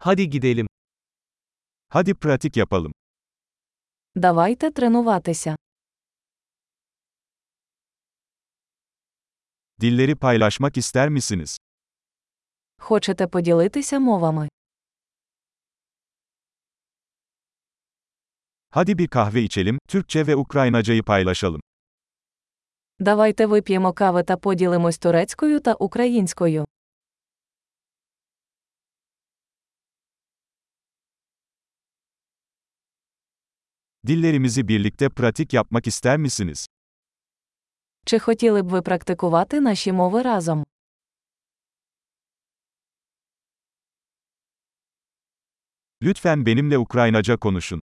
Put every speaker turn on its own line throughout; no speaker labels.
Hadi gidelim. Hadi pratik yapalım.
Давайте тренуватися.
Dilleri paylaşmak ister misiniz?
Хочете поділитися мовами?
Hadi bir kahve içelim, Türkçe ve Ukraynacayı paylaşalım.
Давайте вип'ємо кави та поділимось турецькою та українською.
Dillerimizi birlikte pratik yapmak ister misiniz?
Чи хотіли б ви практикувати наші мови разом?
Lütfen benimle Ukraynaca konuşun.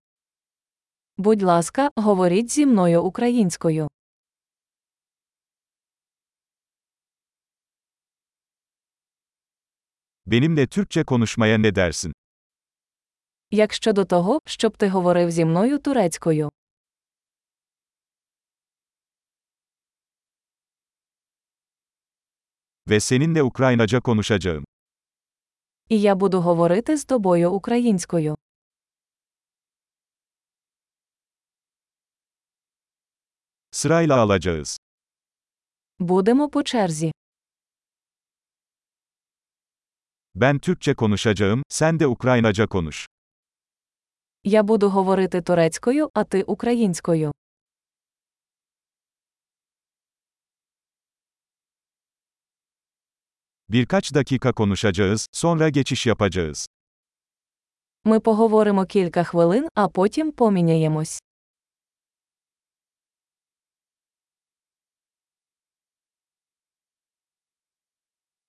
Будь ласка, говоріть зі мною українською.
Benimle Türkçe konuşmaya ne dersin?
Як щодо того, щоб ти говорив зі мною турецькою.
Ve seninle Ukraynaca konuşacağım.
І я буду говорити з тобою українською.
Sırayla alacağız.
Будемо по черзі.
Ben Türkçe konuşacağım, sen de Ukraynaca konuş.
Я буду говорити турецькою, а ти українською.
Birkaç dakika konuşacağız, sonra geçiş yapacağız.
Ми поговоримо кілька хвилин, а потім поміняємось.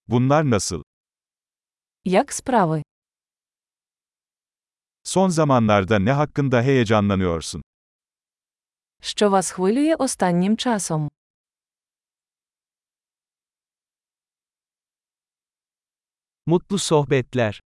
Bunlar nasıl?
Як справи?
Son zamanlarda ne hakkında heyecanlanıyorsun?
Що вас хвилює останнім часом?
Mutlu sohbetler.